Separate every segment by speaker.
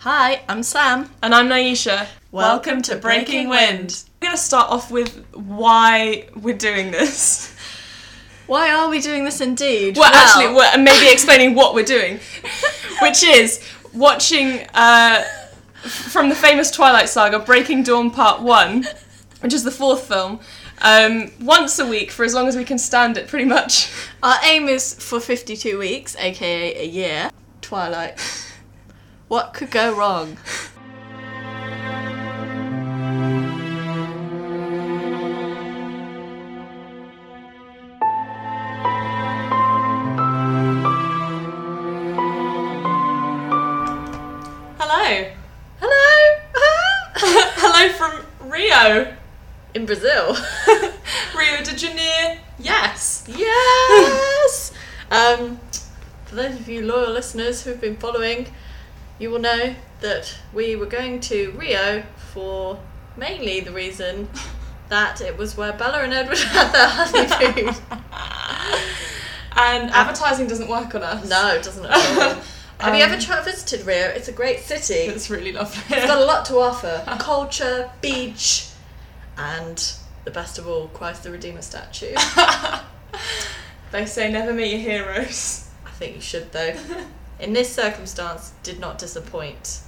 Speaker 1: Hi, I'm Sam.
Speaker 2: And I'm Naisha. Welcome, to Breaking Wind. We're going to start off with why we're doing this.
Speaker 1: Why are we doing this indeed?
Speaker 2: Well, actually, we're and maybe explaining what we're doing, which is watching uh, f- from the famous Twilight Saga Breaking Dawn Part 1, which is the fourth film, um, once a week for as long as we can stand it, pretty much.
Speaker 1: our aim is for 52 weeks, aka a year. Twilight. What could go wrong?
Speaker 2: Hello.
Speaker 1: Hello!
Speaker 2: Hello from Rio.
Speaker 1: In Brazil.
Speaker 2: Rio de Janeiro. Yes.
Speaker 1: yes! Um, for those of you loyal listeners who've been following, you will know that we were going to Rio for mainly the reason that it was where Bella and Edward had their honeymoon.
Speaker 2: And advertising doesn't work on us.
Speaker 1: no, it doesn't at all. Have you
Speaker 2: Um,
Speaker 1: ever tra- visited Rio? It's a great city. It's
Speaker 2: It's really lovely.
Speaker 1: got a lot to offer: culture, beach, and the best of all, Christ the Redeemer statue.
Speaker 2: they say never meet your heroes.
Speaker 1: I think you should though. In this circumstance, did not disappoint.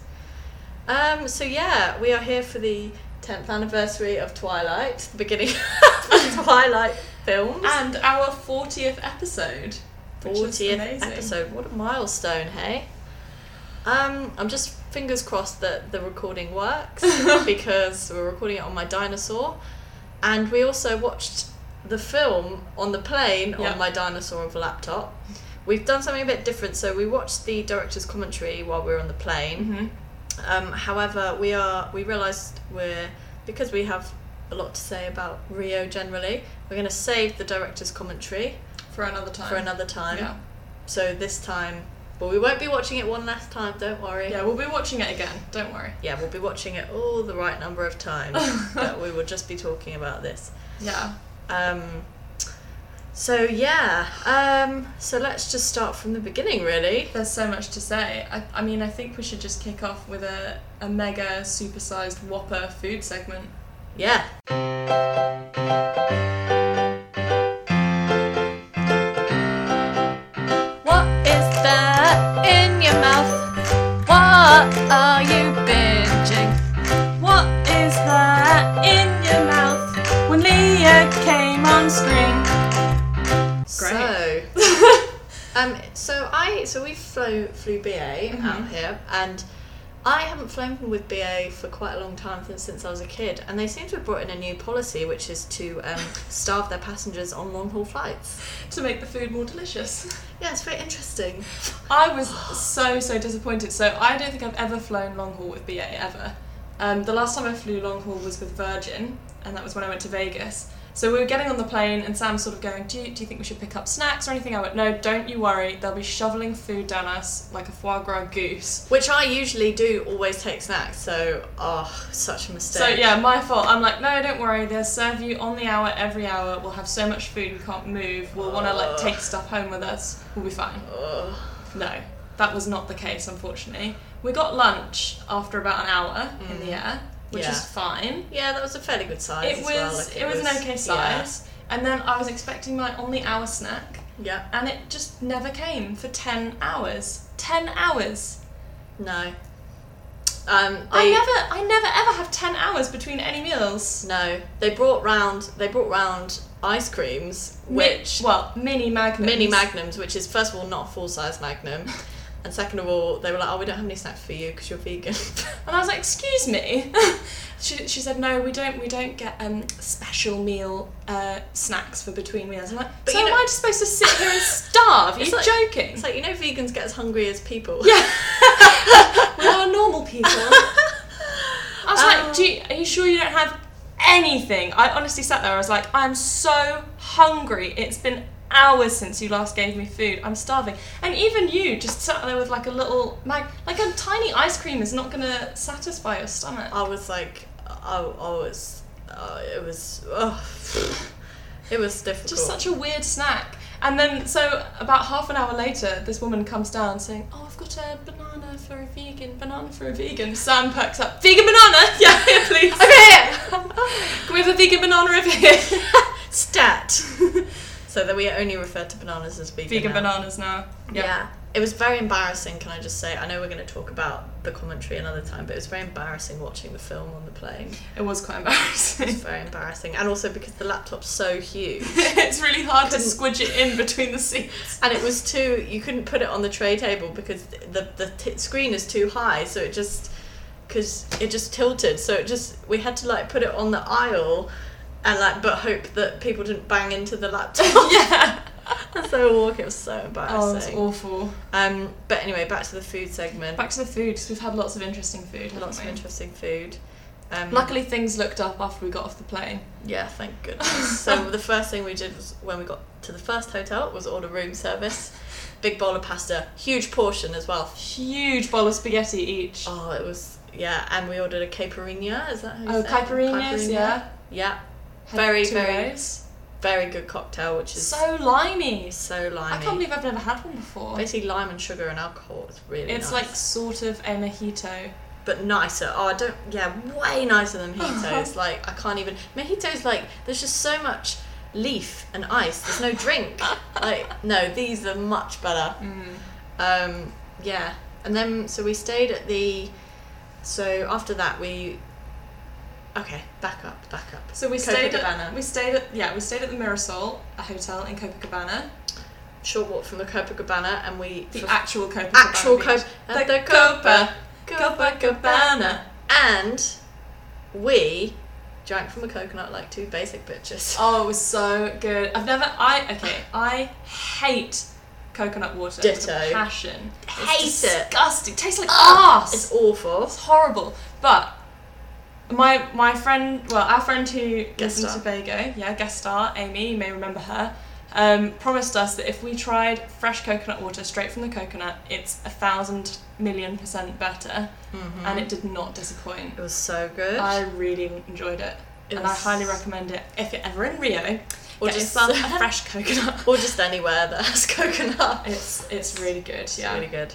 Speaker 1: Um, so yeah, we are here for the tenth anniversary of Twilight, the beginning of the Twilight films.
Speaker 2: And our 40th episode. which is
Speaker 1: Fortieth
Speaker 2: amazing.
Speaker 1: episode. What a milestone, hey? Um, I'm just fingers crossed that the recording works because we're recording it on my dinosaur, and we also watched the film on the plane
Speaker 2: Yeah.
Speaker 1: on my dinosaur of a laptop. We've done something a bit different, so we watched the director's commentary while we were on the plane.
Speaker 2: Mhm.
Speaker 1: Um, however, we are we realised we're because we have a lot to say about Rio generally. We're going to save the director's commentary
Speaker 2: For another time.
Speaker 1: for another time.
Speaker 2: Yeah.
Speaker 1: So this time, but we won't be watching it one last time. Don't worry.
Speaker 2: yeah, we'll be watching it again. Don't worry.
Speaker 1: Yeah, we'll be watching it all the right number of times. but we will just be talking about this.
Speaker 2: Yeah.
Speaker 1: Um, so yeah. Um, so let's just start from the beginning, really.
Speaker 2: There's so much to say. I, I mean, I think we should just kick off with a, a mega supersized Whopper food segment.
Speaker 1: Yeah. What is that in your mouth? What are you binging?
Speaker 2: What is that in your mouth when Leah came on screen?
Speaker 1: So, um, so I so we flew flew BA out here, and I haven't flown with BA for quite a long time since, since I was a kid, and they seem to have brought in a new policy, which is to um, starve their passengers on long haul flights.
Speaker 2: to make the food more delicious.
Speaker 1: Yeah, it's very interesting.
Speaker 2: I was so so disappointed. So I don't think I've ever flown long haul with BA ever. Um, the last time I flew long haul was with Virgin, and that was when I went to Vegas. So we were getting on the plane, and Sam's sort of going, "Do you, do you think we should pick up snacks or anything?" I went, "No, don't you worry. They'll be shoveling food down us like a foie gras goose."
Speaker 1: Which I usually do always take snacks, so oh, such a mistake.
Speaker 2: So yeah, my fault. I'm like, "No, don't worry. They'll serve you on the hour every hour. We'll have so much food we can't move. We'll want to like
Speaker 1: Ugh.
Speaker 2: take stuff home with us. We'll be fine."
Speaker 1: Ugh.
Speaker 2: No, that was not the case, unfortunately. We got lunch after about an hour in the air, which
Speaker 1: Mm. Yeah.
Speaker 2: is fine.
Speaker 1: Yeah, that was a fairly good size. as
Speaker 2: It was
Speaker 1: well, like,
Speaker 2: it, was, an okay
Speaker 1: yeah.
Speaker 2: size. And then I was expecting my on the hour snack,
Speaker 1: Yeah.
Speaker 2: and it just never came for ten hours. Ten hours.
Speaker 1: No. Um, they,
Speaker 2: I never, I never ever have ten hours between any meals.
Speaker 1: No, they brought round. They brought round ice creams, which
Speaker 2: well, mini magnums.
Speaker 1: mini magnums, which is first of all not a full size magnum, and second of all they were like, oh, we don't have any snacks for you because you're vegan.
Speaker 2: And I was like, "Excuse me." she, she said, "No, we don't. We don't get um, special meal uh, snacks for between meals." I'm like,
Speaker 1: But
Speaker 2: "So
Speaker 1: you
Speaker 2: am
Speaker 1: know-
Speaker 2: I just supposed to sit here and starve? Are
Speaker 1: It's
Speaker 2: you
Speaker 1: like-
Speaker 2: joking?"
Speaker 1: it's like you know, vegans get as hungry as people.
Speaker 2: yeah, we are normal people. I was
Speaker 1: Um,
Speaker 2: like, Do you, "Are you sure you don't have anything?" I honestly sat there. I was like, "I'm so hungry. It's been." Hours since you last gave me food. I'm starving, and even you just sat there with like a little mag, like a tiny ice cream is not gonna satisfy your stomach.
Speaker 1: I was like, I, I was, uh, it was, oh, it was difficult.
Speaker 2: Just such a weird snack. And then, so about half an hour later, this woman comes down saying, "Oh, I've got a banana for a vegan, banana for a vegan." Sam perks up, "Vegan banana? Yeah, here, please.
Speaker 1: Okay.
Speaker 2: Can we have a vegan banana over here?"
Speaker 1: Stat. so that we only refer to bananas as vegan.
Speaker 2: vegan
Speaker 1: now.
Speaker 2: bananas now. Yep.
Speaker 1: Yeah. It was very embarrassing, can I just say? I know we're going to talk about the commentary another time, but it was very embarrassing watching the film on the plane.
Speaker 2: It was quite
Speaker 1: It was
Speaker 2: embarrassing.
Speaker 1: very embarrassing. And also because the laptop's so huge.
Speaker 2: it's really hard to
Speaker 1: Couldn't-
Speaker 2: squidge it in between the seats.
Speaker 1: And it was too, you couldn't put it on the tray table because the, the t- screen is too high, so it just, because it just tilted. So it just, we had to like put it on the aisle and like, but hope that people didn't bang into the laptop.
Speaker 2: yeah.
Speaker 1: That's so walk, it was so
Speaker 2: Oh, it's
Speaker 1: embarrassing.
Speaker 2: awful.
Speaker 1: um, but anyway, back to the food segment.
Speaker 2: Back to the food, 'cause we've had lots of interesting food. haven't
Speaker 1: Lots of
Speaker 2: we?
Speaker 1: interesting food. Um,
Speaker 2: Luckily, things looked up after we got off the plane.
Speaker 1: Yeah, thank goodness. so the first thing we did was when we got to the first hotel was order room service. Big bowl of pasta, huge portion as well.
Speaker 2: Huge bowl of spaghetti each.
Speaker 1: Oh, it was yeah, and we ordered a caipirinha. Is that how you
Speaker 2: Oh,
Speaker 1: say it?
Speaker 2: caipirinhas, yeah.
Speaker 1: yeah,
Speaker 2: Had
Speaker 1: Very,
Speaker 2: two
Speaker 1: very-
Speaker 2: of those.
Speaker 1: very good cocktail, which is so,
Speaker 2: So limey.
Speaker 1: limey.
Speaker 2: I can't believe I've never had one before.
Speaker 1: Basically, lime and sugar and alcohol. It's really
Speaker 2: It's
Speaker 1: nice.
Speaker 2: like sort of a mojito.
Speaker 1: but nicer. Oh, I don't. Yeah, way nicer than mojitos. like I can't even mojitos. Like there's just so much leaf and ice. There's no drink. like no, these are much better. Um, yeah, and then so we stayed at the. So after that we. Okay, back up, back up.
Speaker 2: So we stayed at
Speaker 1: Copacabana.
Speaker 2: we stayed at yeah we stayed at the Mirasol, a hotel in Copacabana,
Speaker 1: Short walk from the Copacabana, and we
Speaker 2: the
Speaker 1: for-
Speaker 2: actual Copacabana.
Speaker 1: actual
Speaker 2: beach.
Speaker 1: Copa at
Speaker 2: The
Speaker 1: the Copa Copacabana, and we drank from a coconut like two basic bitches.
Speaker 2: Oh, it was so good. I've never. I okay. I hate coconut water with a
Speaker 1: Ditto.
Speaker 2: passion.
Speaker 1: Hate it.
Speaker 2: it's disgusting. Tastes like
Speaker 1: Ugh,
Speaker 2: ass.
Speaker 1: It's awful.
Speaker 2: It's horrible. But my my friend, well, our friend who
Speaker 1: Guest
Speaker 2: lives in
Speaker 1: star.
Speaker 2: Tobago, yeah, guest star Amy, you may remember her, um, promised us that if we tried fresh coconut water straight from the coconut, it's a thousand million percent better, and it did not disappoint.
Speaker 1: It was so Mm-hmm. good.
Speaker 2: I really enjoyed it.
Speaker 1: It
Speaker 2: and I
Speaker 1: was-
Speaker 2: highly recommend it if you're ever in Rio.
Speaker 1: Or
Speaker 2: get
Speaker 1: just-
Speaker 2: yourself a fresh coconut.
Speaker 1: or just anywhere that has coconut.
Speaker 2: It's it's really good.
Speaker 1: It's
Speaker 2: Yeah,
Speaker 1: really good.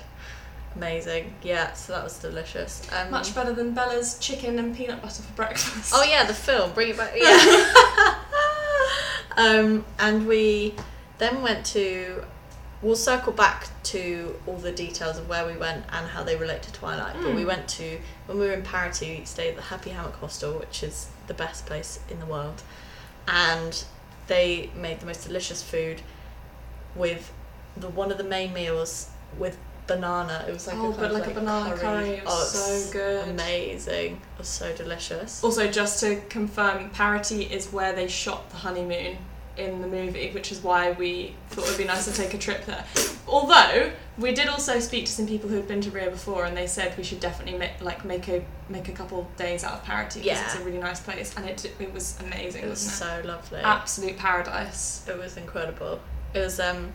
Speaker 1: Amazing. Yeah, so that was delicious. Um,
Speaker 2: much better than Bella's chicken and peanut butter for breakfast.
Speaker 1: Oh yeah, the film. Bring it back. Yeah. um, and we then went to. We'll circle back to all the details of where we went and how they relate to Twilight. But we
Speaker 2: Mm.
Speaker 1: went to when we were in Parity, we stayed at the Happy Hammock Hostel, which is the best place in the world, and they made the most delicious food with the one of the main meals with banana. It was like a
Speaker 2: Oh,
Speaker 1: kind
Speaker 2: but
Speaker 1: of
Speaker 2: like a banana curry, it was
Speaker 1: it was
Speaker 2: so good.
Speaker 1: amazing. It was so delicious.
Speaker 2: Also, just to confirm, Parity is where they shot the honeymoon in the movie, which is why we thought it would be nice to take a trip there. Although we did also speak to some people who had been to Rio before, and they said we should definitely make like make a make a couple days out of Parity because it's a
Speaker 1: Yeah.
Speaker 2: really nice place, and it it was Ah. amazing,
Speaker 1: It was
Speaker 2: wasn't
Speaker 1: so lovely.
Speaker 2: it? Absolute paradise.
Speaker 1: It was incredible. It was um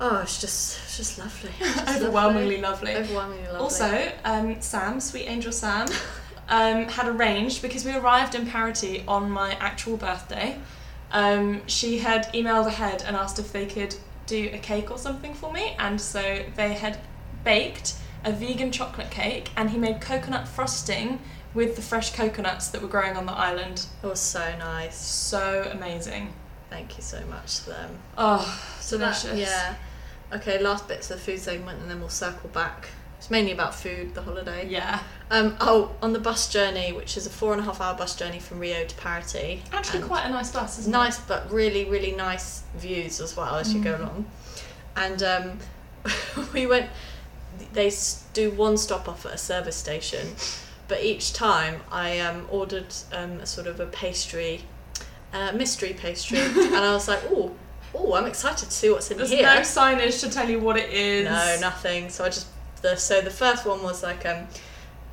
Speaker 1: Oh, it's just it's just lovely. It's just
Speaker 2: Overwhelmingly lovely.
Speaker 1: lovely. Overwhelmingly lovely.
Speaker 2: Also, um, Sam, sweet angel Sam, um, had arranged because we arrived in Parity on my actual birthday. Um, she had emailed ahead and asked if they could do a cake or something for me, and so they had baked a vegan chocolate cake, and he made coconut frosting with the fresh coconuts that were growing on the island.
Speaker 1: it was so nice.
Speaker 2: So amazing.
Speaker 1: Thank you so much to them.
Speaker 2: Oh,
Speaker 1: So
Speaker 2: delicious.
Speaker 1: that yeah. Okay, last bits of the food segment and then we'll circle back. It's mainly about food, the holiday.
Speaker 2: Yeah.
Speaker 1: Um oh, on the bus journey, which is a four and a half hour bus journey from Rio to Parity.
Speaker 2: Actually,
Speaker 1: and-
Speaker 2: quite a nice bus,
Speaker 1: It's
Speaker 2: isn't
Speaker 1: nice, but really, really nice views as well as you go
Speaker 2: Mm.
Speaker 1: along. And um, we went. They s- do one stop off at a service station, but each time I um, ordered um, a sort of a pastry, uh, mystery pastry, and I was like, oh, oh, I'm excited to see what's
Speaker 2: it?
Speaker 1: in
Speaker 2: There's
Speaker 1: here.
Speaker 2: no signage to tell you what it is.
Speaker 1: No, nothing. So I just the so the first one was like um,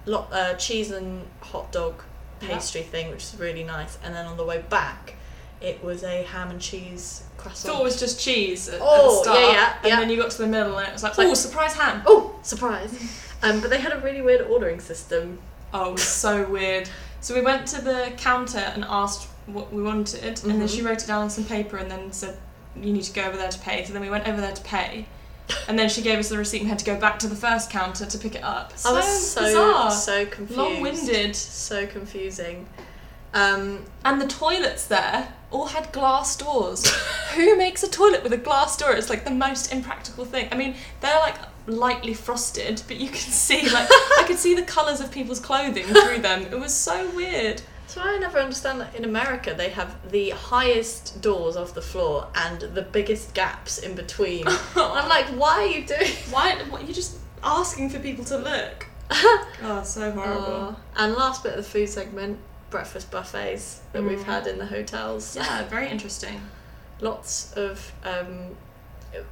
Speaker 1: lot uh, cheese and hot dog
Speaker 2: Yeah.
Speaker 1: pastry thing, which is really nice. And then on the way back, it was a ham and cheese
Speaker 2: thought it
Speaker 1: croissant.
Speaker 2: was just cheese at, at the
Speaker 1: Oh,
Speaker 2: start,
Speaker 1: yeah, yeah,
Speaker 2: and
Speaker 1: yeah.
Speaker 2: then you got to the middle and it was like,
Speaker 1: It's like-
Speaker 2: oh, surprise ham.
Speaker 1: Oh, surprise! um, but they had a really weird ordering system.
Speaker 2: Oh, it was so weird. So we went to the counter and asked what we wanted, and then
Speaker 1: Mhm.
Speaker 2: she wrote it down on some paper and then said, you need to go over there to pay. So then we went over there to pay. And then she gave us the receipt and had to go back to the first counter to pick it up. So
Speaker 1: I was so
Speaker 2: bizarre.
Speaker 1: so confused.
Speaker 2: Long-winded.
Speaker 1: So confusing. Um,
Speaker 2: And the toilets there all had glass doors. Who makes a toilet with a glass door? It's like the most impractical thing. I mean, they're like lightly frosted, but you can see like I could see the colours of people's clothing through them. It was so weird.
Speaker 1: so I never understand that in America they have the highest doors off the floor and the biggest gaps in between. And I'm like, why are you doing?
Speaker 2: why? What you just asking for people to look? Oh, so horrible.
Speaker 1: Oh, and last bit of the food segment, breakfast buffets that we've
Speaker 2: Mm.
Speaker 1: had in the hotels.
Speaker 2: yeah, very interesting.
Speaker 1: Lots of um,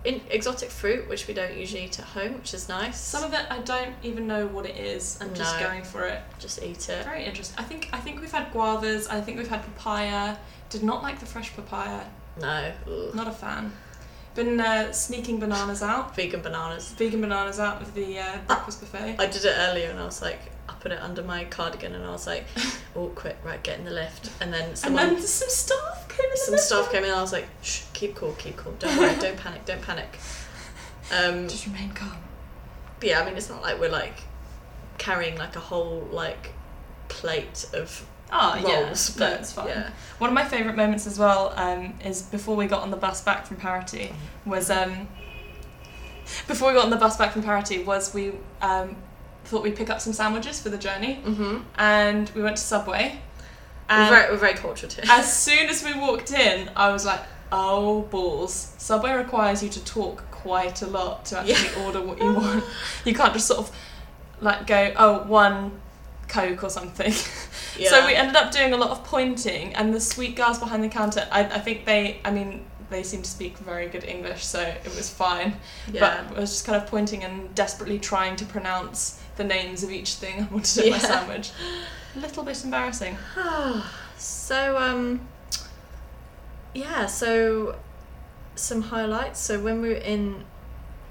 Speaker 1: in- exotic fruit, which we don't usually eat at home, which is nice.
Speaker 2: Some of it I don't even know what it is. I'm just
Speaker 1: No.
Speaker 2: going for it.
Speaker 1: just eat it.
Speaker 2: Very interesting. I think I think we've had guavas. I think we've had papaya. Did not like the fresh papaya.
Speaker 1: No. Ugh.
Speaker 2: Not a fan. Been uh, sneaking bananas out,
Speaker 1: Vegan bananas.
Speaker 2: vegan bananas out of the uh, breakfast buffet.
Speaker 1: I did it earlier and I was like, I put it under my cardigan and I was like, oh, quick, right, get in the lift. And then
Speaker 2: And
Speaker 1: someone,
Speaker 2: then some staff came in.
Speaker 1: some
Speaker 2: the
Speaker 1: staff came in and I was like, shh, keep cool, keep cool, don't worry, don't panic, don't panic. Um,
Speaker 2: Just remain calm.
Speaker 1: but yeah, I mean, it's not like we're like carrying like a whole like plate of
Speaker 2: Oh,
Speaker 1: rolls,
Speaker 2: yeah.
Speaker 1: but
Speaker 2: no, it's fine.
Speaker 1: yeah,
Speaker 2: One of my favourite moments as well um, is before we got on the bus back from Parity was um, before we got on the bus back from Parity was we um, thought we'd pick up some sandwiches for the journey
Speaker 1: mm-hmm.
Speaker 2: and we went to Subway.
Speaker 1: we're,
Speaker 2: And
Speaker 1: very, we're very cultured here.
Speaker 2: as soon as we walked in, I was like, oh balls. Subway requires you to talk quite a lot to actually order what you want. You can't just sort of like go, oh, one Coke or something.
Speaker 1: yeah.
Speaker 2: So we ended up doing a lot of pointing, and the sweet girls behind the counter, I, I think they, I mean, they seemed to speak very good English, so it was fine.
Speaker 1: yeah.
Speaker 2: But I was just kind of pointing and desperately trying to pronounce the names of each thing I wanted in my
Speaker 1: Yeah.
Speaker 2: sandwich. A little bit embarrassing.
Speaker 1: so um, yeah, so some highlights. So when we were in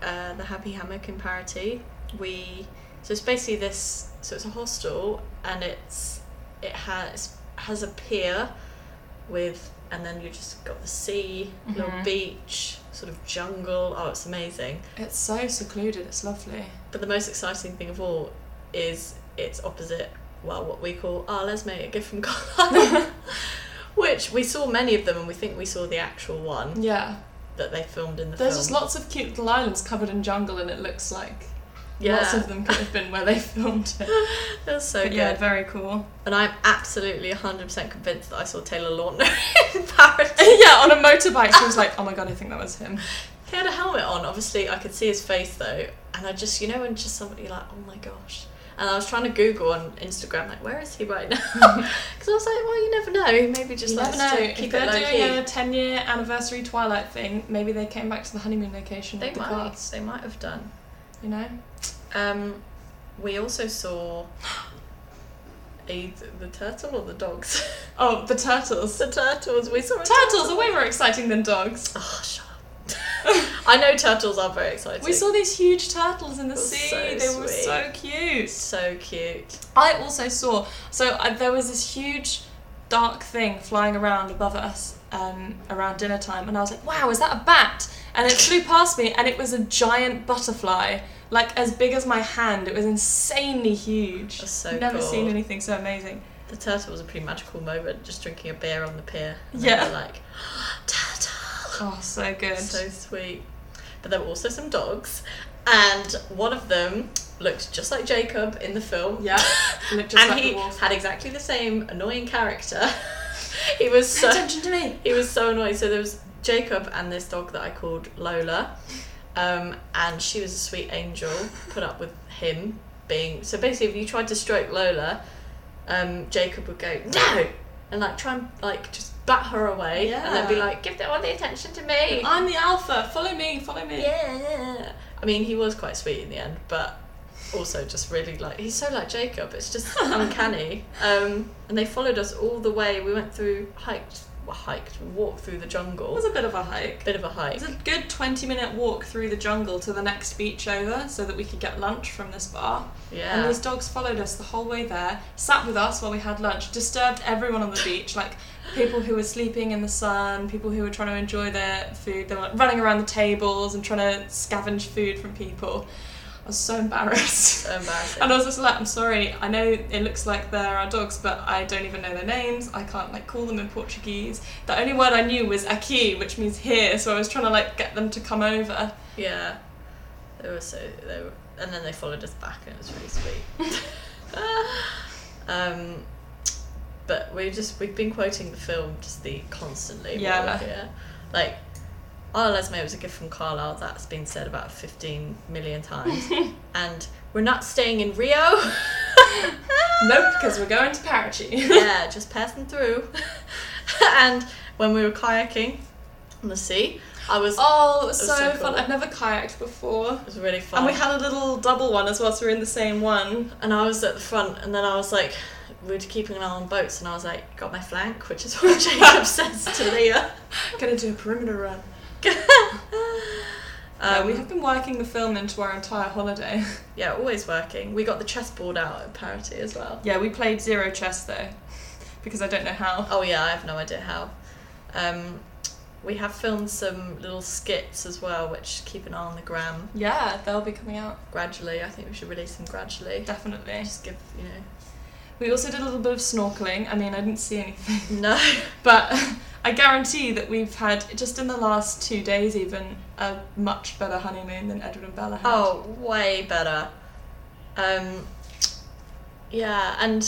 Speaker 1: uh, the Happy Hammock in Parity, we so it's basically this. So it's a hostel, and it's it has has a pier with, and then you just got the sea, little
Speaker 2: Mhm.
Speaker 1: beach, sort of jungle. Oh, it's amazing.
Speaker 2: It's so secluded, it's lovely.
Speaker 1: But the most exciting thing of all is it's opposite, well, what we call Ah, Les Mate, a gift from Carlisle. Which we saw many of them, and we think we saw the actual one
Speaker 2: Yeah.
Speaker 1: that they filmed in the
Speaker 2: There's
Speaker 1: film.
Speaker 2: just lots of cute little islands covered in jungle, and it looks like
Speaker 1: yeah,
Speaker 2: lots of them could have been where they filmed it.
Speaker 1: they're so
Speaker 2: But
Speaker 1: good.
Speaker 2: yeah, very cool.
Speaker 1: And I'm absolutely 100% convinced that I saw Taylor Lautner in Paris.
Speaker 2: yeah, on a motorbike, she was like, oh my god, I think that was him.
Speaker 1: He had a helmet on, obviously. I could see his face though, and I just, you know, when just somebody like, oh my gosh. And I was trying to Google on Instagram, like, where is he right now? Because I was like, well, you never know. He maybe just
Speaker 2: You
Speaker 1: likes
Speaker 2: never know.
Speaker 1: to keep
Speaker 2: if
Speaker 1: it
Speaker 2: they're
Speaker 1: low
Speaker 2: doing
Speaker 1: key.
Speaker 2: a 10 year anniversary Twilight thing, maybe they came back to the honeymoon location
Speaker 1: They
Speaker 2: with the
Speaker 1: might.
Speaker 2: class,
Speaker 1: They might have done.
Speaker 2: you know?
Speaker 1: Um, we also saw a, the turtle or the dogs.
Speaker 2: Oh, the turtles.
Speaker 1: the turtles. We saw a
Speaker 2: Turtles are way more exciting than dogs.
Speaker 1: Oh, shut up. I know turtles are very exciting.
Speaker 2: We saw these huge turtles in the
Speaker 1: It was
Speaker 2: sea.
Speaker 1: so
Speaker 2: they were
Speaker 1: sweet.
Speaker 2: so cute.
Speaker 1: so cute.
Speaker 2: I also saw. So uh, there was this huge dark thing flying around above us um, around dinner time, and I was like, "Wow, is that a bat?" And it flew past me, and it was a giant butterfly, like as big as my hand. It was insanely huge.
Speaker 1: That's so
Speaker 2: Never
Speaker 1: cool.
Speaker 2: seen anything so amazing.
Speaker 1: The turtle was a pretty magical moment, just drinking a beer on the pier. And they
Speaker 2: Yeah.
Speaker 1: were like turtle.
Speaker 2: Oh, so good.
Speaker 1: So sweet. But there were also some dogs, and one of them looked just like Jacob in the film.
Speaker 2: yeah, looked just
Speaker 1: and
Speaker 2: like
Speaker 1: he
Speaker 2: the wolf.
Speaker 1: had exactly the same annoying character. he was
Speaker 2: Pay
Speaker 1: so
Speaker 2: attention to me.
Speaker 1: he was so annoying. So there was Jacob and this dog that I called Lola, um, and she was a sweet angel. Put up with him being so basically, if you tried to stroke Lola, um, Jacob would go no, and like try and like just bat her away, and then be
Speaker 2: Yeah.
Speaker 1: like, give that one the attention to me.
Speaker 2: I'm the alpha. Follow me. Follow me.
Speaker 1: Yeah. I mean, he was quite sweet in the end, but also just really like he's so like Jacob. It's just uncanny. Um, and they followed us all the way. We went through hiked hiked, walked through the
Speaker 2: It
Speaker 1: jungle.
Speaker 2: was a bit of a hike.
Speaker 1: bit of a hike.
Speaker 2: It's a good 20 minute walk through the jungle to the next beach over so that we could get lunch from this bar. And
Speaker 1: Yeah.
Speaker 2: these dogs followed us the whole way there, sat with us while we had lunch, disturbed everyone on the beach, like people who were sleeping in the sun, people who were trying to enjoy their food. They were like, running around the tables and trying to scavenge food from people. I was so embarrassed.
Speaker 1: So embarrassing.
Speaker 2: And I was just like, I'm sorry, I know it looks like they're our dogs, but I don't even know their names. I can't like call them in Portuguese. The only word I knew was aqui, which means here, so I was trying to like get them to come over.
Speaker 1: Yeah. They were so they were, and then they followed us back and it was really sweet. um but we just we've been quoting the film just the constantly while we're
Speaker 2: Yeah.
Speaker 1: here. Like Our Les Mis was a gift from Carlisle, that's been said about fifteen million times. and we're not staying in Rio
Speaker 2: Nope, because we're going to Parachi.
Speaker 1: yeah, just passing through. and when we were kayaking on the sea, I was
Speaker 2: Oh, it was
Speaker 1: It
Speaker 2: so,
Speaker 1: was so
Speaker 2: fun.
Speaker 1: cool.
Speaker 2: I've never kayaked before.
Speaker 1: it was really fun.
Speaker 2: And we had a little double one as well, so we were in the same one.
Speaker 1: and I was at the front, and then I was like, we were keeping an eye on boats, and I was like, got my flank, which is what Jacob says to Leah.
Speaker 2: Gonna do a perimeter run.
Speaker 1: Um,
Speaker 2: yeah, Uh, we have been working the film into our entire holiday.
Speaker 1: yeah, always working. We got the chessboard out at parity as well.
Speaker 2: yeah, we played zero chess though, because I don't know how.
Speaker 1: Oh yeah, I have no idea how. Um, we have filmed some little skits as well, which keep an eye on the gram
Speaker 2: Yeah, they'll be coming out
Speaker 1: gradually. I think we should release them gradually.
Speaker 2: definitely.
Speaker 1: Just give you know.
Speaker 2: We also did a little bit of snorkeling. I mean, I didn't see anything,
Speaker 1: No.
Speaker 2: but I guarantee that we've had just in the last two days even a much better honeymoon than Edward and Bella had.
Speaker 1: Oh, way better. Um, yeah, and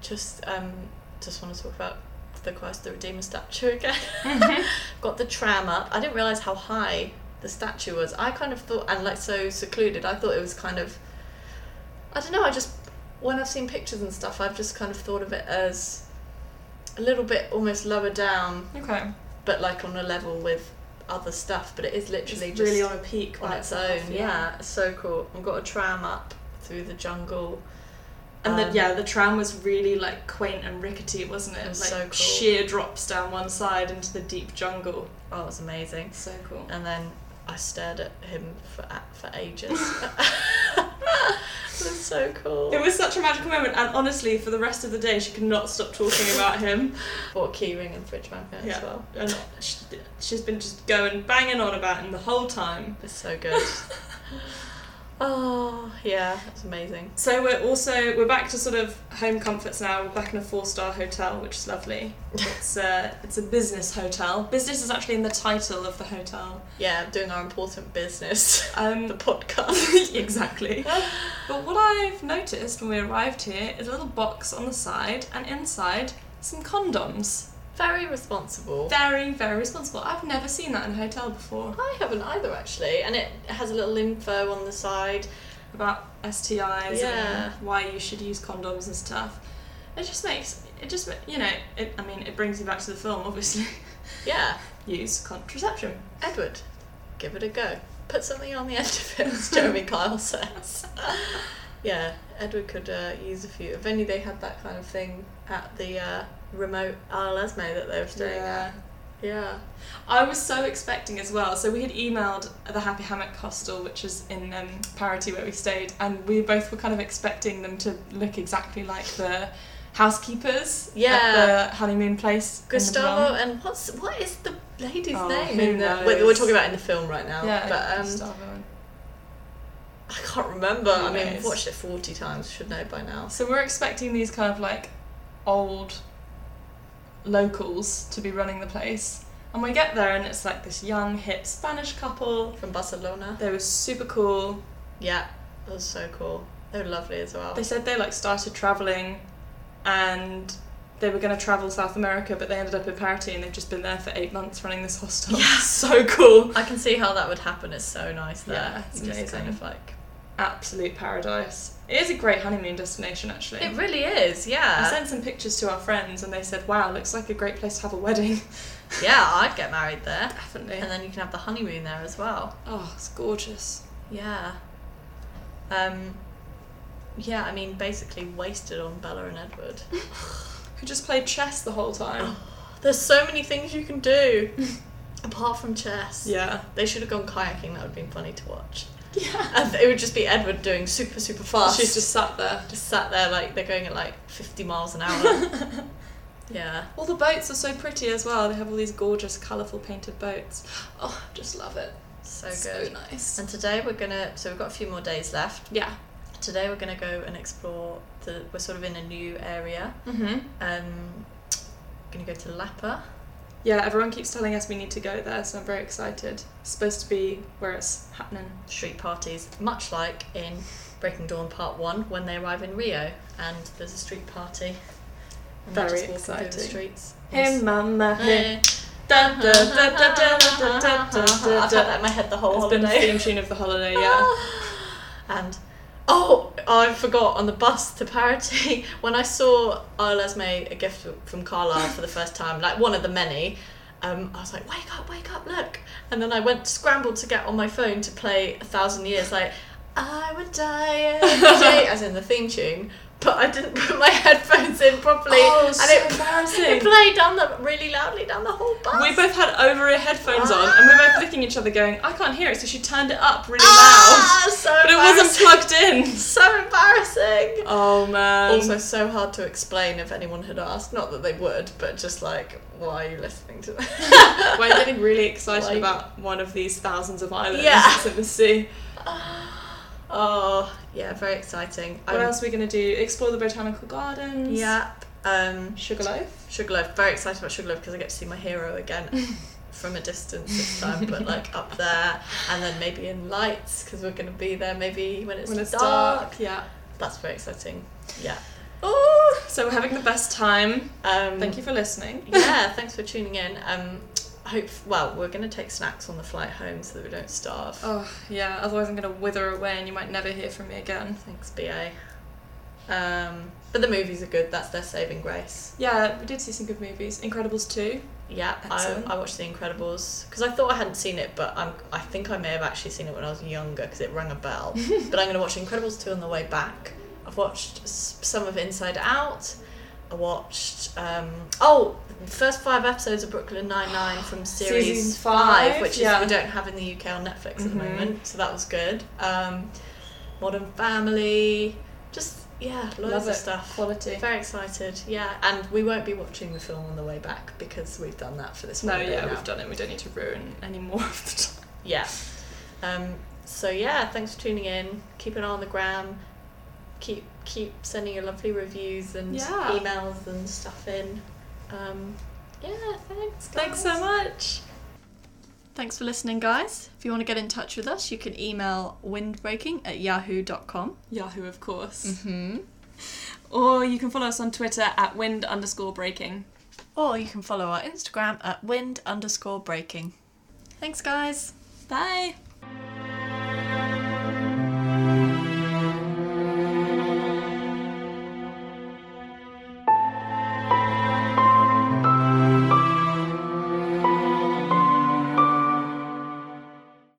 Speaker 1: just um, just want to talk about the Christ the Redeemer statue again.
Speaker 2: Mm-hmm.
Speaker 1: Got the tram up. I didn't realize how high the statue was. I kind of thought, and like so secluded, I thought it was kind of. I don't know. I just when I've seen pictures and stuff, I've just kind of thought of it as a little bit almost lower down,
Speaker 2: Okay.
Speaker 1: but like on a level with other stuff. But it is literally
Speaker 2: It's
Speaker 1: just
Speaker 2: really on a peak
Speaker 1: on
Speaker 2: by
Speaker 1: its own.
Speaker 2: itself,
Speaker 1: Yeah. it's so cool. I've got a tram up through the jungle.
Speaker 2: And the,
Speaker 1: Um,
Speaker 2: yeah, the tram was really like quaint and rickety, wasn't it?
Speaker 1: It was
Speaker 2: like
Speaker 1: so cool.
Speaker 2: sheer drops down one side into the deep jungle.
Speaker 1: Oh, it was amazing.
Speaker 2: So cool.
Speaker 1: And then I stared at him for a- for ages. it was so cool.
Speaker 2: It was such a magical moment, and honestly, for the rest of the day, she could not stop talking about him.
Speaker 1: Bought a keyring and fridge magnet
Speaker 2: Yeah.
Speaker 1: as well.
Speaker 2: And she, she's been just going banging on about him the whole time.
Speaker 1: It's so good. oh yeah, it's amazing.
Speaker 2: So we're also we're back to sort of home comforts now. We're back in a four star hotel, which is lovely. It's a it's a business hotel. Business is actually in the title of the hotel.
Speaker 1: Yeah, doing our important business.
Speaker 2: Um,
Speaker 1: the podcast.
Speaker 2: exactly. But what I've noticed when we arrived here is a little box on the side, and inside some condoms.
Speaker 1: Very responsible.
Speaker 2: Very, very responsible. I've never seen that in a hotel before.
Speaker 1: I haven't either actually, and it has a little info on the side.
Speaker 2: About STIs
Speaker 1: Yeah.
Speaker 2: and why you should use condoms and stuff. It just makes it just ma- you know. It, I mean, it brings me back to the film, obviously.
Speaker 1: Yeah.
Speaker 2: use contraception.
Speaker 1: Edward, give it a go. Put something on the end of it, as Jeremy Kyle says. yeah, Edward could uh, use a few. If only they had that kind of thing at the uh, remote Arlesme that they were staying at. Yeah.
Speaker 2: I was so expecting as well. So we had emailed the Happy Hammock Hostel, which is in um, Parity where we stayed, and we both were kind of expecting them to look exactly like the housekeepers
Speaker 1: Yeah.
Speaker 2: at the honeymoon place. in the
Speaker 1: Gustavo
Speaker 2: Bronx.
Speaker 1: and what's what is the lady's
Speaker 2: Oh,
Speaker 1: name?
Speaker 2: who
Speaker 1: In the,
Speaker 2: knows?
Speaker 1: we're, we're talking about in the film right now,
Speaker 2: Yeah,
Speaker 1: but um,
Speaker 2: Gustavo.
Speaker 1: I can't remember.
Speaker 2: Who
Speaker 1: I mean,
Speaker 2: knows?
Speaker 1: I've watched it forty times. Should know by now.
Speaker 2: So we're expecting these kind of like old locals to be running the place, and we get there, and it's like this young hip Spanish couple.
Speaker 1: From Barcelona.
Speaker 2: They were super cool.
Speaker 1: Yeah, that was so cool. They were lovely as well.
Speaker 2: They said they like started traveling, and they were going to travel South America, but they ended up in Parity, and they've just been there for eight months running this hostel.
Speaker 1: Yeah.
Speaker 2: so cool.
Speaker 1: I can see how that would happen. It's so nice there.
Speaker 2: Yeah, it's
Speaker 1: it's just
Speaker 2: amazing.
Speaker 1: kind of like
Speaker 2: Absolute paradise. It is a great honeymoon destination, actually.
Speaker 1: It really is,
Speaker 2: I
Speaker 1: yeah.
Speaker 2: sent some pictures to our friends, and they said, "Wow, looks like a great place to have a wedding."
Speaker 1: Yeah, I'd get married there.
Speaker 2: Definitely.
Speaker 1: And then you can have the honeymoon there as well.
Speaker 2: Oh, it's gorgeous.
Speaker 1: Yeah. Um, yeah, I mean, basically wasted on Bella and Edward. Oh.
Speaker 2: Who just played chess the whole time?
Speaker 1: There's so many things you can do apart from chess.
Speaker 2: Yeah.
Speaker 1: They should have gone kayaking. That would have been funny to watch.
Speaker 2: Yeah.
Speaker 1: And it would just be Edward doing super super fast.
Speaker 2: She's just sat there.
Speaker 1: just sat there like they're going at like 50 miles an hour. yeah.
Speaker 2: all the boats are so pretty as well. They have all these gorgeous, colourful painted boats. Oh, just love it.
Speaker 1: So good.
Speaker 2: So nice.
Speaker 1: And today we're gonna. So we've got a few more days left.
Speaker 2: Yeah.
Speaker 1: Today we're gonna go and explore. The, we're sort of in a new area.
Speaker 2: Mm-hmm.
Speaker 1: Um, gonna go to Lapa.
Speaker 2: Yeah, everyone keeps telling us we need to go there, so I'm very excited. It's supposed to be where it's happening.
Speaker 1: Street parties, much like in Breaking Dawn Part One, when they arrive in Rio and there's a street party. And they're
Speaker 2: Very
Speaker 1: just walking through the
Speaker 2: exciting.
Speaker 1: streets.
Speaker 2: Hey, mama, hey.
Speaker 1: Hey.
Speaker 2: Dun, dun, dun, dun, dun, dun, dun, dun, dun,
Speaker 1: I've had that in my head the whole
Speaker 2: It's been the
Speaker 1: holiday.
Speaker 2: theme tune of the holiday, Oh, yeah.
Speaker 1: and oh, I forgot on the bus to parity when I saw Isla's May a gift from Carlisle for the first time, like one of the many. Um, I was like, wake up, wake up, look! And then I went scrambled to get on my phone to play a thousand years, like I would die every day, as in the theme tune. But I didn't put my headphones in properly,
Speaker 2: Oh,
Speaker 1: and
Speaker 2: so
Speaker 1: it,
Speaker 2: embarrassing.
Speaker 1: it played down the really loudly down the whole bus.
Speaker 2: We both had over ear headphones on, and we were both looking at each other going, I can't hear it, so she turned it up really
Speaker 1: ah, so
Speaker 2: loud. But it wasn't
Speaker 1: embarrassing.
Speaker 2: plugged in.
Speaker 1: so embarrassing.
Speaker 2: Oh man.
Speaker 1: also so hard to explain if anyone had asked. Not that they would, but just like, why are you listening to that?
Speaker 2: We're getting really excited
Speaker 1: Like-
Speaker 2: about one of these thousands of islands
Speaker 1: Yeah.
Speaker 2: in the sea.
Speaker 1: oh, yeah, very exciting. Um,
Speaker 2: What else are we going to do? Explore the botanical gardens.
Speaker 1: Yeah. Um,
Speaker 2: Sugarloaf.
Speaker 1: Sugarloaf. Very excited about Sugarloaf because I get to see my hero again from a distance this time, but like up there, and then maybe in lights because we're going to be there maybe when it's,
Speaker 2: When it's
Speaker 1: dark.
Speaker 2: dark. Yeah.
Speaker 1: That's very exciting. Yeah.
Speaker 2: Oh, so we're having the best time.
Speaker 1: Um,
Speaker 2: Thank you for listening.
Speaker 1: yeah, thanks for tuning in. Um, hope well, we're going to take snacks on the flight home so that we don't starve.
Speaker 2: Oh, yeah, otherwise I'm going to wither away and you might never hear from me again.
Speaker 1: Thanks, BA. Um, but the movies are good. That's their saving grace.
Speaker 2: Yeah, we did see some good movies. Incredibles 2.
Speaker 1: Yeah, I,
Speaker 2: Excellent.
Speaker 1: I watched The Incredibles because I thought I hadn't seen it, but I'm, I think I may have actually seen it when I was younger because it rang a bell. but I'm going to watch Incredibles 2 on the way back. I've watched s- some of Inside Out. I watched, um, oh, the first five episodes of Brooklyn Nine-Nine from series
Speaker 2: Season
Speaker 1: five,
Speaker 2: five,
Speaker 1: which
Speaker 2: yeah.
Speaker 1: is we don't have in the UK on Netflix at the
Speaker 2: Mhm.
Speaker 1: moment, so that was good. Um, Modern Family, just, yeah, loads
Speaker 2: Love
Speaker 1: of
Speaker 2: it.
Speaker 1: stuff.
Speaker 2: Quality.
Speaker 1: Very excited, yeah. And we won't be watching the film on the way back because we've done that for this
Speaker 2: No,
Speaker 1: holiday
Speaker 2: yeah,
Speaker 1: now.
Speaker 2: we've done it. We don't need to ruin any more of the time.
Speaker 1: Yeah. Um, so yeah, thanks for tuning in. Keep an eye on the gram. Keep keep sending your lovely reviews and
Speaker 2: Yeah.
Speaker 1: emails and stuff in. Um, yeah, thanks.
Speaker 2: Thanks
Speaker 1: guys.
Speaker 2: so much.
Speaker 1: Thanks for listening, guys. If you want to get in touch with us, you can email windbreaking at yahoo.com.
Speaker 2: Yahoo, of course.
Speaker 1: Mm-hmm.
Speaker 2: Or you can follow us on Twitter at wind underscore breaking.
Speaker 1: Or you can follow our Instagram at wind underscore breaking. Thanks, guys.
Speaker 2: Bye.
Speaker 1: Thank